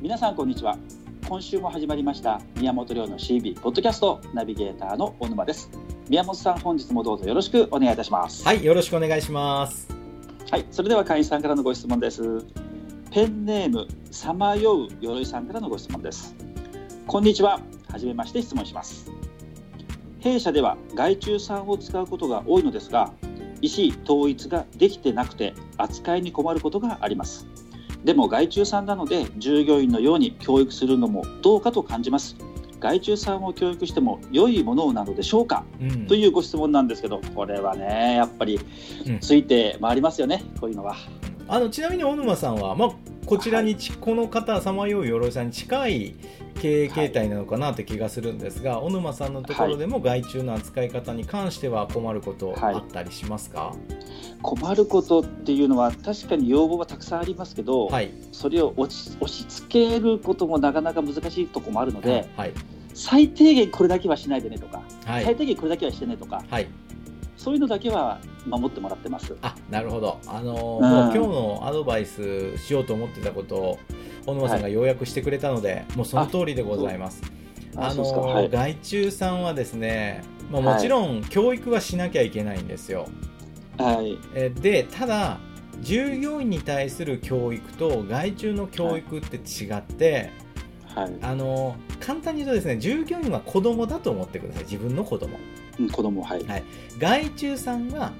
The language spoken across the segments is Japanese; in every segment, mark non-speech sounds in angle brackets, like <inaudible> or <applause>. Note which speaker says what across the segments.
Speaker 1: 皆さんこんにちは今週も始まりました宮本亮の CB ポッドキャストナビゲーターの小沼です宮本さん本日もどうぞよろしくお願いいたします
Speaker 2: はい、よろしくお願いします。
Speaker 1: はい、それでは会員さんからのご質問です。ペンネームさまよう鎧さんからのご質問です。こんにちは。はじめまして質問します。弊社では外注産を使うことが多いのですが、意思統一ができてなくて扱いに困ることがあります。でも外注産なので従業員のように教育するのもどうかと感じます。外注産を教育しても良いものなのでしょうか
Speaker 2: うん
Speaker 1: というご質問なんですけど、これはね、やっぱり
Speaker 2: うん
Speaker 1: ついて回りますよね、こういうのは。
Speaker 2: あのちなみに小沼さんは、まあ、こちらにち、この方、さまよう鎧さんに近い経営形態なのかなという気がするんですが、小沼さんのところでも害虫の扱い方に関しては困ること
Speaker 1: はい
Speaker 2: あったりしますか、
Speaker 1: 困ることっていうのは確かに要望はたくさんありますけど、
Speaker 2: はい、
Speaker 1: それを押し押し付けることもなかなか難しいとこもあるので、
Speaker 2: はい、
Speaker 1: 最低限これだけはしないでねとか、
Speaker 2: はい、は
Speaker 1: 最
Speaker 2: い、
Speaker 1: 低限これだけはしてねとか
Speaker 2: はい、
Speaker 1: そういうのだけは守ってもらってます。
Speaker 2: あなるほど、あのー
Speaker 1: うん
Speaker 2: もう今日のアドバイスしようと思ってたことを、小沼さんが要約してくれたので、もうその通りでございます。あ
Speaker 1: そう
Speaker 2: の
Speaker 1: ですかはい
Speaker 2: 外注さんはですね、まあ、
Speaker 1: はい
Speaker 2: もちろん教育はしなきゃいけないんですよ、
Speaker 1: はい
Speaker 2: えでただ従業員に対する教育と外注の教育って違って、
Speaker 1: はい
Speaker 2: あの簡単に言うとですね従業員は子供だと思ってください自分の子供
Speaker 1: うん、子供はい、
Speaker 2: はい外注さんは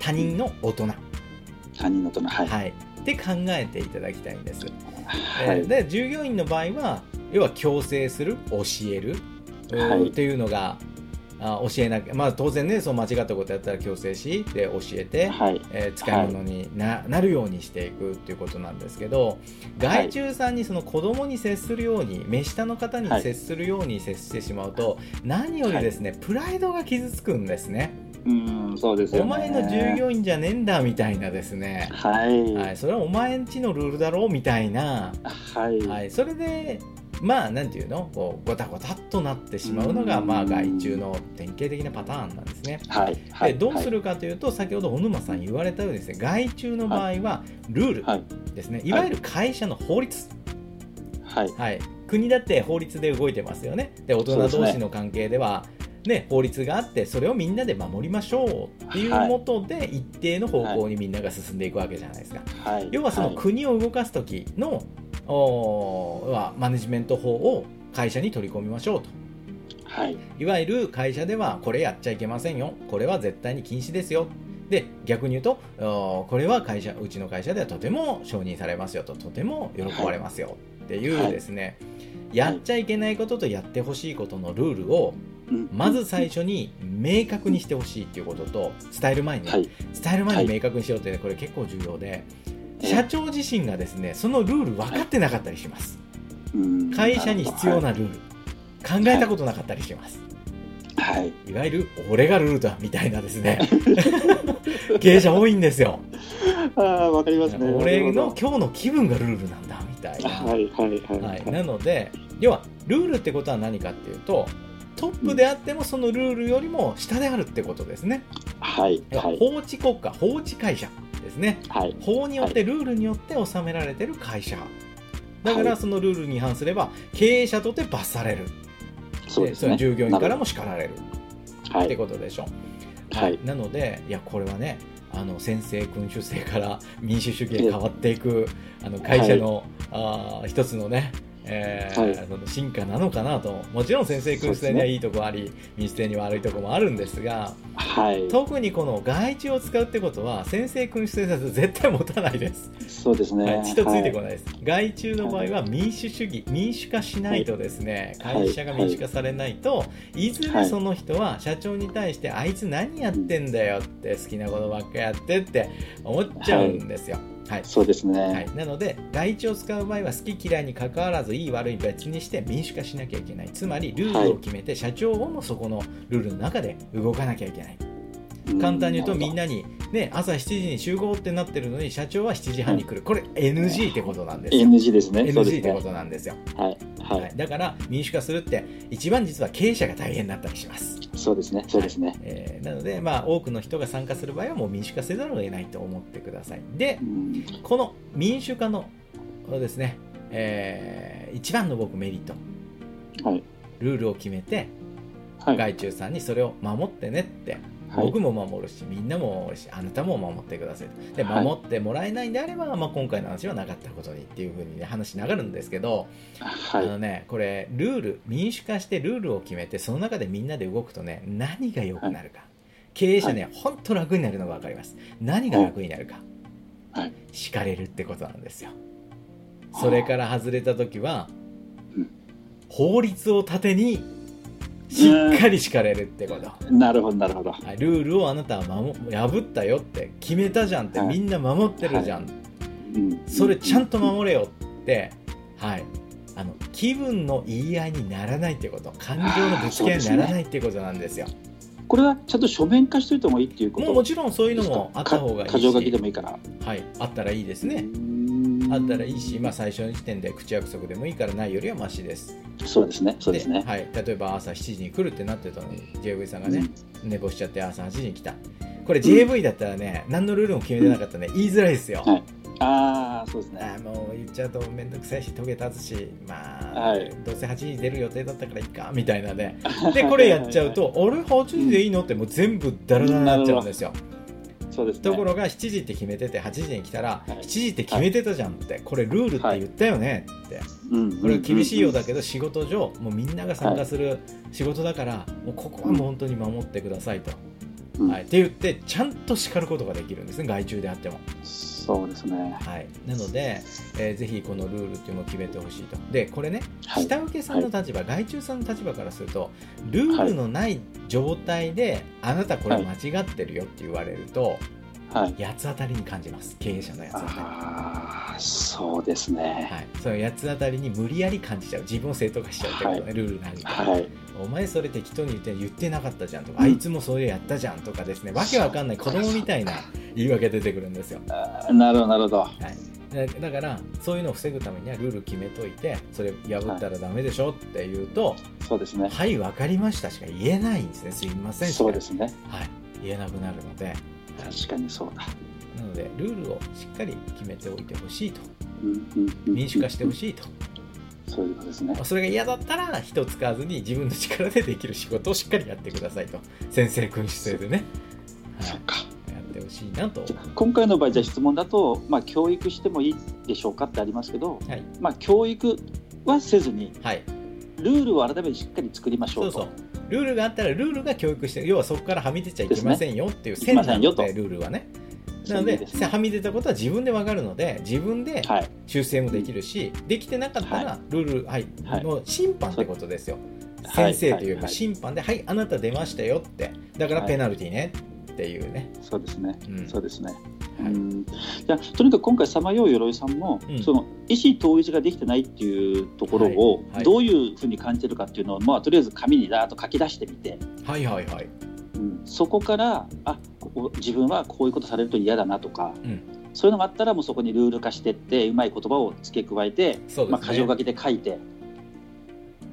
Speaker 2: 他人の大人、
Speaker 1: 他人の大人はい
Speaker 2: はい、って考えていただきたいんです、
Speaker 1: は
Speaker 2: え
Speaker 1: い
Speaker 2: ーで従業員の場合は要は強制する教える、
Speaker 1: はい
Speaker 2: うんっていうのがあ教えなきゃ、まあ、当然ねその間違ったことやったら強制しで教えて、
Speaker 1: はい
Speaker 2: えー使い物にな,、なるようにしていくっていうことなんですけど
Speaker 1: はい
Speaker 2: 害虫さんにその子供に接するように目下の方に
Speaker 1: はい
Speaker 2: 接するように接してしまうと、何よりですね、プライドが傷つくんですね
Speaker 1: うんそうですよ
Speaker 2: お
Speaker 1: ね。
Speaker 2: 前の従業員じゃねえんだみたいなですね、
Speaker 1: はい
Speaker 2: はい、それはお前んちのルールだろうみたいな、
Speaker 1: はいは
Speaker 2: はいい、それでまあなんていうのこうごたごたっとなってしまうのが
Speaker 1: うん
Speaker 2: まあ害虫の典型的なパターンなんですね。
Speaker 1: はいは
Speaker 2: で
Speaker 1: い
Speaker 2: どうするかというと、先ほど小沼さん言われたようにですね害虫の場合はルール
Speaker 1: はい
Speaker 2: ですね、い、わゆる会社の法律、
Speaker 1: はい
Speaker 2: はい、国だって法律で動いてますよねで大
Speaker 1: そう
Speaker 2: 人
Speaker 1: ですね
Speaker 2: 同士の関係ではね、法律があってそれをみんなで守りましょうっていう
Speaker 1: はい
Speaker 2: もとで一定の方向にみんなが進んでいくわけじゃないですか、
Speaker 1: はい
Speaker 2: 要はその
Speaker 1: い
Speaker 2: 国を動かす時の、おーはマネジメント法を会社に取り込みましょうと
Speaker 1: はい
Speaker 2: いわゆる会社ではこれやっちゃいけませんよこれは絶対に禁止ですよで逆に言うとおーこれは会社うちの会社ではとても承認されますよととても喜ばれますよっていうですね、やっちゃいけないこととやってほしいことのルールを
Speaker 1: うん
Speaker 2: まず最初に明確にしてほしいっていうことと伝える前にね、
Speaker 1: はい
Speaker 2: 伝える前に明確にしようってね、これ結構重要で
Speaker 1: え
Speaker 2: 社長自身がですねそのルール分かってなかったりします
Speaker 1: うん
Speaker 2: 会社に必要なルール考えたことなかったりします
Speaker 1: はい
Speaker 2: いわゆる俺がルールだみたいなで
Speaker 1: <laughs>
Speaker 2: すね経営者多いんですよ
Speaker 1: ああ、わかりますね。
Speaker 2: 俺の
Speaker 1: なる
Speaker 2: 今日の気分がルールなんだみたいな、
Speaker 1: ほどはいはいはい。
Speaker 2: は、
Speaker 1: はいい
Speaker 2: なので要はルールってことは何かっていうとトップであってもそのルールよりも下であるってことですね、
Speaker 1: はい
Speaker 2: 要は
Speaker 1: はい
Speaker 2: 法治国家法治会社ですね
Speaker 1: はい
Speaker 2: 法によってルールによって収められてる会社だか
Speaker 1: は
Speaker 2: ら
Speaker 1: い
Speaker 2: そのルールに違反すれば経営者とて罰される
Speaker 1: そうですね。
Speaker 2: で従業員からも叱られる
Speaker 1: は
Speaker 2: って
Speaker 1: い
Speaker 2: ことでしょ、
Speaker 1: はい
Speaker 2: なのでいやこれはねあの先制君主制から <laughs> 民主主義へ変わっていくあの会社の、あー一つのねえー
Speaker 1: はい
Speaker 2: その進化なのかなともちろん先制君主制にはいいとこあり、民主制には悪いとこもあるんですが
Speaker 1: はい。
Speaker 2: 特にこの外注を使うってことは先制君主制だと絶対持たないです
Speaker 1: そうです
Speaker 2: は
Speaker 1: ね。
Speaker 2: い、血とついて
Speaker 1: は
Speaker 2: こないです、外注の場合は民主主義、民主化しないとですね、
Speaker 1: はい
Speaker 2: 会社が民主化されないと、い、ずれその人は社長に対して、あいつ何やってんだよって、好きなことばっかやってって思っちゃうんですよ。はい
Speaker 1: いそうです
Speaker 2: は
Speaker 1: ね。
Speaker 2: い、なので外注を使う場合は好き嫌いに関わらずいい悪い別にして民主化しなきゃいけないつまりルールを決めて社長をもそこのルールの中で動かなきゃいけない
Speaker 1: うん
Speaker 2: 簡単に言うとみん
Speaker 1: な
Speaker 2: なに、ね、朝7時に集合ってなってるのに社長は7時半に来るこれ NG ってことなんです
Speaker 1: る
Speaker 2: よ
Speaker 1: ほど NG ですね。そうで
Speaker 2: NG っ
Speaker 1: す
Speaker 2: てこ
Speaker 1: ね。
Speaker 2: となんですよ、
Speaker 1: はい
Speaker 2: は
Speaker 1: はい
Speaker 2: い、だから民主化するって一番実は経営者が大変だったりします、
Speaker 1: そうですねそうですね。
Speaker 2: えーなので、まあ、多くの人が参加する場合はもう民主化せざるを得ないと思ってくださいで
Speaker 1: うん
Speaker 2: この民主化のですね、ええー一番の僕メリット
Speaker 1: はい
Speaker 2: ルールを決めて
Speaker 1: はい
Speaker 2: 害虫さんにそれを守ってねって
Speaker 1: はい
Speaker 2: 僕も守るしみんなも守るしあなたも守ってくださいとで
Speaker 1: はい
Speaker 2: 守ってもらえないんであれば、まあ、今回の話はなかったことにっていうふうに、ね、話しながるんですけど、
Speaker 1: は
Speaker 2: あ
Speaker 1: い
Speaker 2: のねこれルール民主化してルールを決めてその中でみんなで動くとね何が良くなるか、経営者ね本当、ほんと楽になるのが分かります何が楽になるか、
Speaker 1: はい
Speaker 2: 敷かれるってことなんですよそれから外れた時は、
Speaker 1: うん
Speaker 2: 法律を盾にしっかり敷かれるってこと、
Speaker 1: なるほどなるほど
Speaker 2: あルールをあなたは守破ったよって決めたじゃんって、
Speaker 1: はい
Speaker 2: みんな守ってるじゃん、
Speaker 1: うん
Speaker 2: それちゃんと守れよって、はい、あの気分の言い合いにならないってこと感情のぶつけ合いにならないってことなんですよ
Speaker 1: これはちゃんと書面化しといてもいいっていうこと
Speaker 2: もうもちろんそういうのもあった方がいいし
Speaker 1: 箇条書きでもいいから
Speaker 2: はい、あったらいいですね
Speaker 1: うん
Speaker 2: あったらいいし、まあ、最初の時点で口約束でもいいからないよりはマシです
Speaker 1: そうですねそうですね
Speaker 2: はい、例えば朝7時に来るってなってたのに JV さんがね、寝坊しちゃって朝8時に来たこれ JV だったらね、何のルールも決めてなかったらね言いづらいですよ、
Speaker 1: はいああそうです
Speaker 2: あ
Speaker 1: ね
Speaker 2: ーもう言っちゃうと面倒くさいしトゲ立つしまあ、
Speaker 1: はい
Speaker 2: どうせ8時に出る予定だったからいっかみたいなね
Speaker 1: <laughs>
Speaker 2: でこれやっちゃうと俺8時でいいのってもう全部ダラダラになっちゃうんですよ
Speaker 1: そうですね
Speaker 2: ところが7時って決めてて8時に来たら
Speaker 1: はい
Speaker 2: 7時って決めてたじゃんってこれルールって言ったよねって
Speaker 1: うん
Speaker 2: これ厳しいようだ
Speaker 1: ど
Speaker 2: けど仕事上もうみんなが参加する仕事だからもうここはもう本当に守ってくださいと、
Speaker 1: うん
Speaker 2: はい、って言ってちゃんと叱ることができるんですね外注であっても
Speaker 1: そうですね
Speaker 2: はい、なので、えーぜひこのルールっていうのを決めてほしいとでこれね
Speaker 1: はい
Speaker 2: 下請けさんの立場、外注さんの立場からするとルールのない状態であなたこれ間違ってるよって言われると、
Speaker 1: はい
Speaker 2: 八つ当たりに感じます経営者の八つ当たり。
Speaker 1: ああそうですね
Speaker 2: はい、その八つ当たりに無理やり感じちゃう自分を正当化しちゃうってことね、
Speaker 1: は
Speaker 2: ルールなり
Speaker 1: はい
Speaker 2: お前それ適当に言って言ってなかったじゃんとか、
Speaker 1: うん
Speaker 2: あいつもそれやったじゃんとかですねわけわかんない子供みたいな言い訳出てくるんですよ
Speaker 1: あーなるほどなるほど
Speaker 2: だだからそういうのを防ぐためにはルール決めといてそれ破ったらダメでしょって言うと
Speaker 1: そうです
Speaker 2: 「
Speaker 1: ね
Speaker 2: はい、わ分かりました」しか言えないんですねすいませんしか
Speaker 1: そうですね
Speaker 2: はい、言えなくなるので
Speaker 1: 確かにそうだ
Speaker 2: なのでルールをしっかり決めておいてほしいと
Speaker 1: うんうんうん
Speaker 2: 民主化してほしいと
Speaker 1: そういうことですね
Speaker 2: それが嫌だったら人を使わずに自分の力でできる仕事をしっかりやってくださいと先生君主制でね、は
Speaker 1: そっか
Speaker 2: い、やってほしいなと
Speaker 1: じゃあ今回の場合じゃあ質問だと、まあ、教育してもいいでしょうかってありますけど、
Speaker 2: はい
Speaker 1: まあ、教育はせずに
Speaker 2: はい
Speaker 1: ルールを改めてしっかり作りましょ
Speaker 2: そう
Speaker 1: うと
Speaker 2: そうルールがあったらルールが教育して要はそこからはみ出ちゃいけませんよってい
Speaker 1: で
Speaker 2: う
Speaker 1: すね
Speaker 2: 線なの
Speaker 1: いけま
Speaker 2: で
Speaker 1: せんよ
Speaker 2: ルールはね
Speaker 1: そ
Speaker 2: なの
Speaker 1: ういう意
Speaker 2: で
Speaker 1: 味ですね
Speaker 2: はみ出たことは自分で分かるので自分で
Speaker 1: はい
Speaker 2: 修正もできるし、できてなかったらルール、はい
Speaker 1: はい
Speaker 2: の審判ってことですよ、
Speaker 1: はい
Speaker 2: 先生と
Speaker 1: は
Speaker 2: いうより
Speaker 1: いは
Speaker 2: も
Speaker 1: い
Speaker 2: 審判で「はい、あなた出ましたよ」ってだからペナルティーねっていうね、
Speaker 1: そうですね
Speaker 2: うん
Speaker 1: そうですね、
Speaker 2: は
Speaker 1: う
Speaker 2: い
Speaker 1: んじゃあとにかく今回さまよう鎧さんも、
Speaker 2: うん
Speaker 1: その意思統一ができてないっていうところを
Speaker 2: はいはい
Speaker 1: どういうふうに感じてるかっていうのを、まあ、とりあえず紙にだーっと書き出してみて、
Speaker 2: はいはいはい
Speaker 1: うんそこからあここ自分はこういうことされると嫌だなとか、
Speaker 2: うん
Speaker 1: そういうのがあったらもうそこにルール化してってうまい言葉を付け加えて、
Speaker 2: そうですね
Speaker 1: まあ、箇条書きで書いて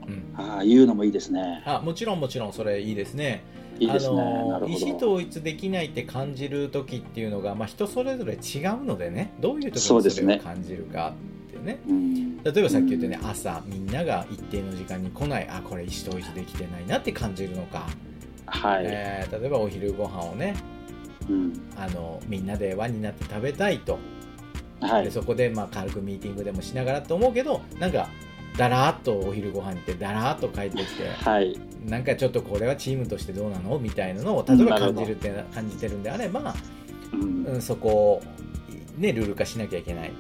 Speaker 2: うん
Speaker 1: ああいうのもいいですね。
Speaker 2: あもちろんもちろんそれいいですね
Speaker 1: いいですね。な
Speaker 2: あ
Speaker 1: るほ
Speaker 2: の意思
Speaker 1: ど。
Speaker 2: 統一できないって感じる時っていうのが、まあ、人それぞれ違うのでねどういう時
Speaker 1: そうで
Speaker 2: に
Speaker 1: す
Speaker 2: そ
Speaker 1: ね
Speaker 2: れを感じるかってね
Speaker 1: うん
Speaker 2: 例えばさっき言ったね、朝みんなが一定の時間に来ないあこれ意思統一できてないなって感じるのか、
Speaker 1: はい、
Speaker 2: えー例えばお昼ご飯をね
Speaker 1: うん
Speaker 2: あのみんなで輪になって食べたいと、
Speaker 1: は
Speaker 2: で
Speaker 1: い、
Speaker 2: そこでまあ軽くミーティングでもしながらと思うけどなんかだらーっとお昼ご飯行ってだらーっと帰ってき
Speaker 1: <laughs>
Speaker 2: て
Speaker 1: はい、
Speaker 2: なんかちょっとこれはチームとしてどうなのみたいなのを例えば感じるって感じてるんであれば、
Speaker 1: うん
Speaker 2: うん、そこを、ね、ルール化しなきゃいけない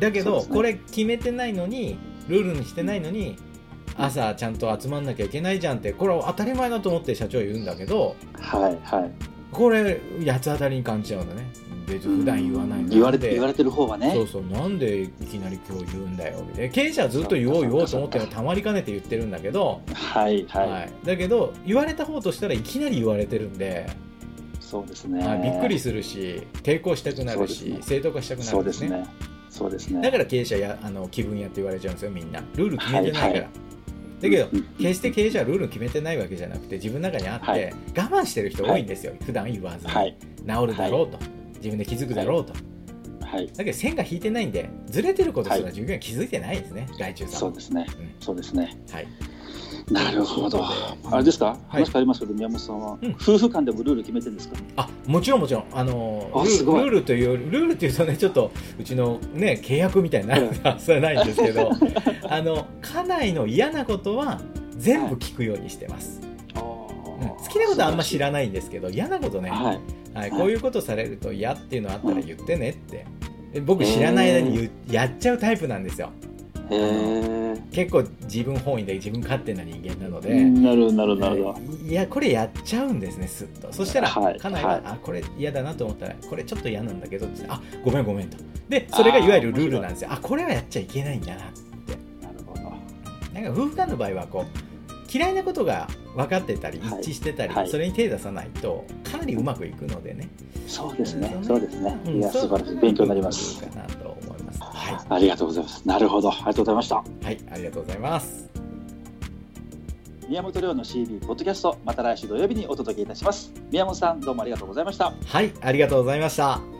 Speaker 2: だけ
Speaker 1: そう
Speaker 2: ど、
Speaker 1: ですね
Speaker 2: これ決めてないのにルールにしてないのに朝ちゃんと集まんなきゃいけないじゃんってこれは当たり前だと思って社長は言うんだけど
Speaker 1: はい、はい。
Speaker 2: これ八つ当たりに感じちゃうんだね別に普段言わないの
Speaker 1: うん
Speaker 2: に
Speaker 1: 言われて
Speaker 2: なんで
Speaker 1: 言われてる方はね。
Speaker 2: そうそうなんでいきなり今日言うんだよみたいな経営者はずっと言おう言おうと思ってるのたまりかねて言ってるんだけど、
Speaker 1: はい、はい、
Speaker 2: はいだけど言われた方としたらいきなり言われてるんで、
Speaker 1: そうですね。
Speaker 2: はいびっくりするし抵抗したくなるし、
Speaker 1: そうですね
Speaker 2: 正当化したくな
Speaker 1: そ
Speaker 2: る
Speaker 1: うんで
Speaker 2: ですすね
Speaker 1: ね。そうですね。
Speaker 2: だからら経営者やあの気分やって言われちゃうんですよみんなルール決めてないから、
Speaker 1: はいは
Speaker 2: だけど、
Speaker 1: うん
Speaker 2: 決して経営者はルール決めてないわけじゃなくて自分の中にあって、
Speaker 1: はい
Speaker 2: 我慢してる人多いんですよ、普段言わずに、
Speaker 1: はい、
Speaker 2: 治るだろうと、自分で気づくだろうと、
Speaker 1: はい、
Speaker 2: だけど線が引いてないんでずれてることすら従業員は気づいてないですね、外注さん
Speaker 1: そう
Speaker 2: は
Speaker 1: ですね、
Speaker 2: うん
Speaker 1: そうですね。
Speaker 2: はい
Speaker 1: なるほど
Speaker 2: ということ。で
Speaker 1: あれですか、
Speaker 2: はい
Speaker 1: 話変わりますけど、宮本さんは、
Speaker 2: うん
Speaker 1: 夫婦間でもルール決めてるんですか。
Speaker 2: あもちろんもちろんあの
Speaker 1: あ
Speaker 2: ル
Speaker 1: すご
Speaker 2: ー
Speaker 1: い
Speaker 2: ルルールというよりルールというとねちょっとうちのね契約みたいになるんで <laughs> それはないんです
Speaker 1: <laughs>
Speaker 2: けどあの家内の嫌なことは全部聞くようにしてます、うん好きなことはあんま知
Speaker 1: ら
Speaker 2: らないんですけど嫌なことね、は
Speaker 1: はい。
Speaker 2: いこういうことされると嫌っていうのあったら言ってねってで僕知らない間に言うやっちゃうタイプなんですよ
Speaker 1: へえ。
Speaker 2: 結構自分本位で自分勝手な人間なので、
Speaker 1: なるほどなるほどなるほど。
Speaker 2: いやこれやっちゃうんですねすっとそしたら、
Speaker 1: はい
Speaker 2: 家内が、
Speaker 1: はい
Speaker 2: あこれ嫌だなと思ったらこれちょっと嫌なんだけどってあごめんごめんとでそれがいわゆるルールなんですよあこれはやっちゃいけないんだな
Speaker 1: なるほど。
Speaker 2: なんか夫婦間の場合はこう嫌いなことが分かってたり一
Speaker 1: はい
Speaker 2: 致してたり、
Speaker 1: はい
Speaker 2: それに手出さないとかなりうまくいくのでね、
Speaker 1: そうですね
Speaker 2: ん。
Speaker 1: そうですね。
Speaker 2: うん
Speaker 1: いや
Speaker 2: そう
Speaker 1: 素晴らしい勉強になります
Speaker 2: か。なと思いますは
Speaker 1: ありがとうございます。なるほど。ありがとうございました。
Speaker 2: い、はい、ありがとうございます
Speaker 1: 宮本亮の CB ポッドキャスト、また来週土曜日にお届けいたします。宮本さん、どうもありがとうございました。
Speaker 2: はいありがとうございました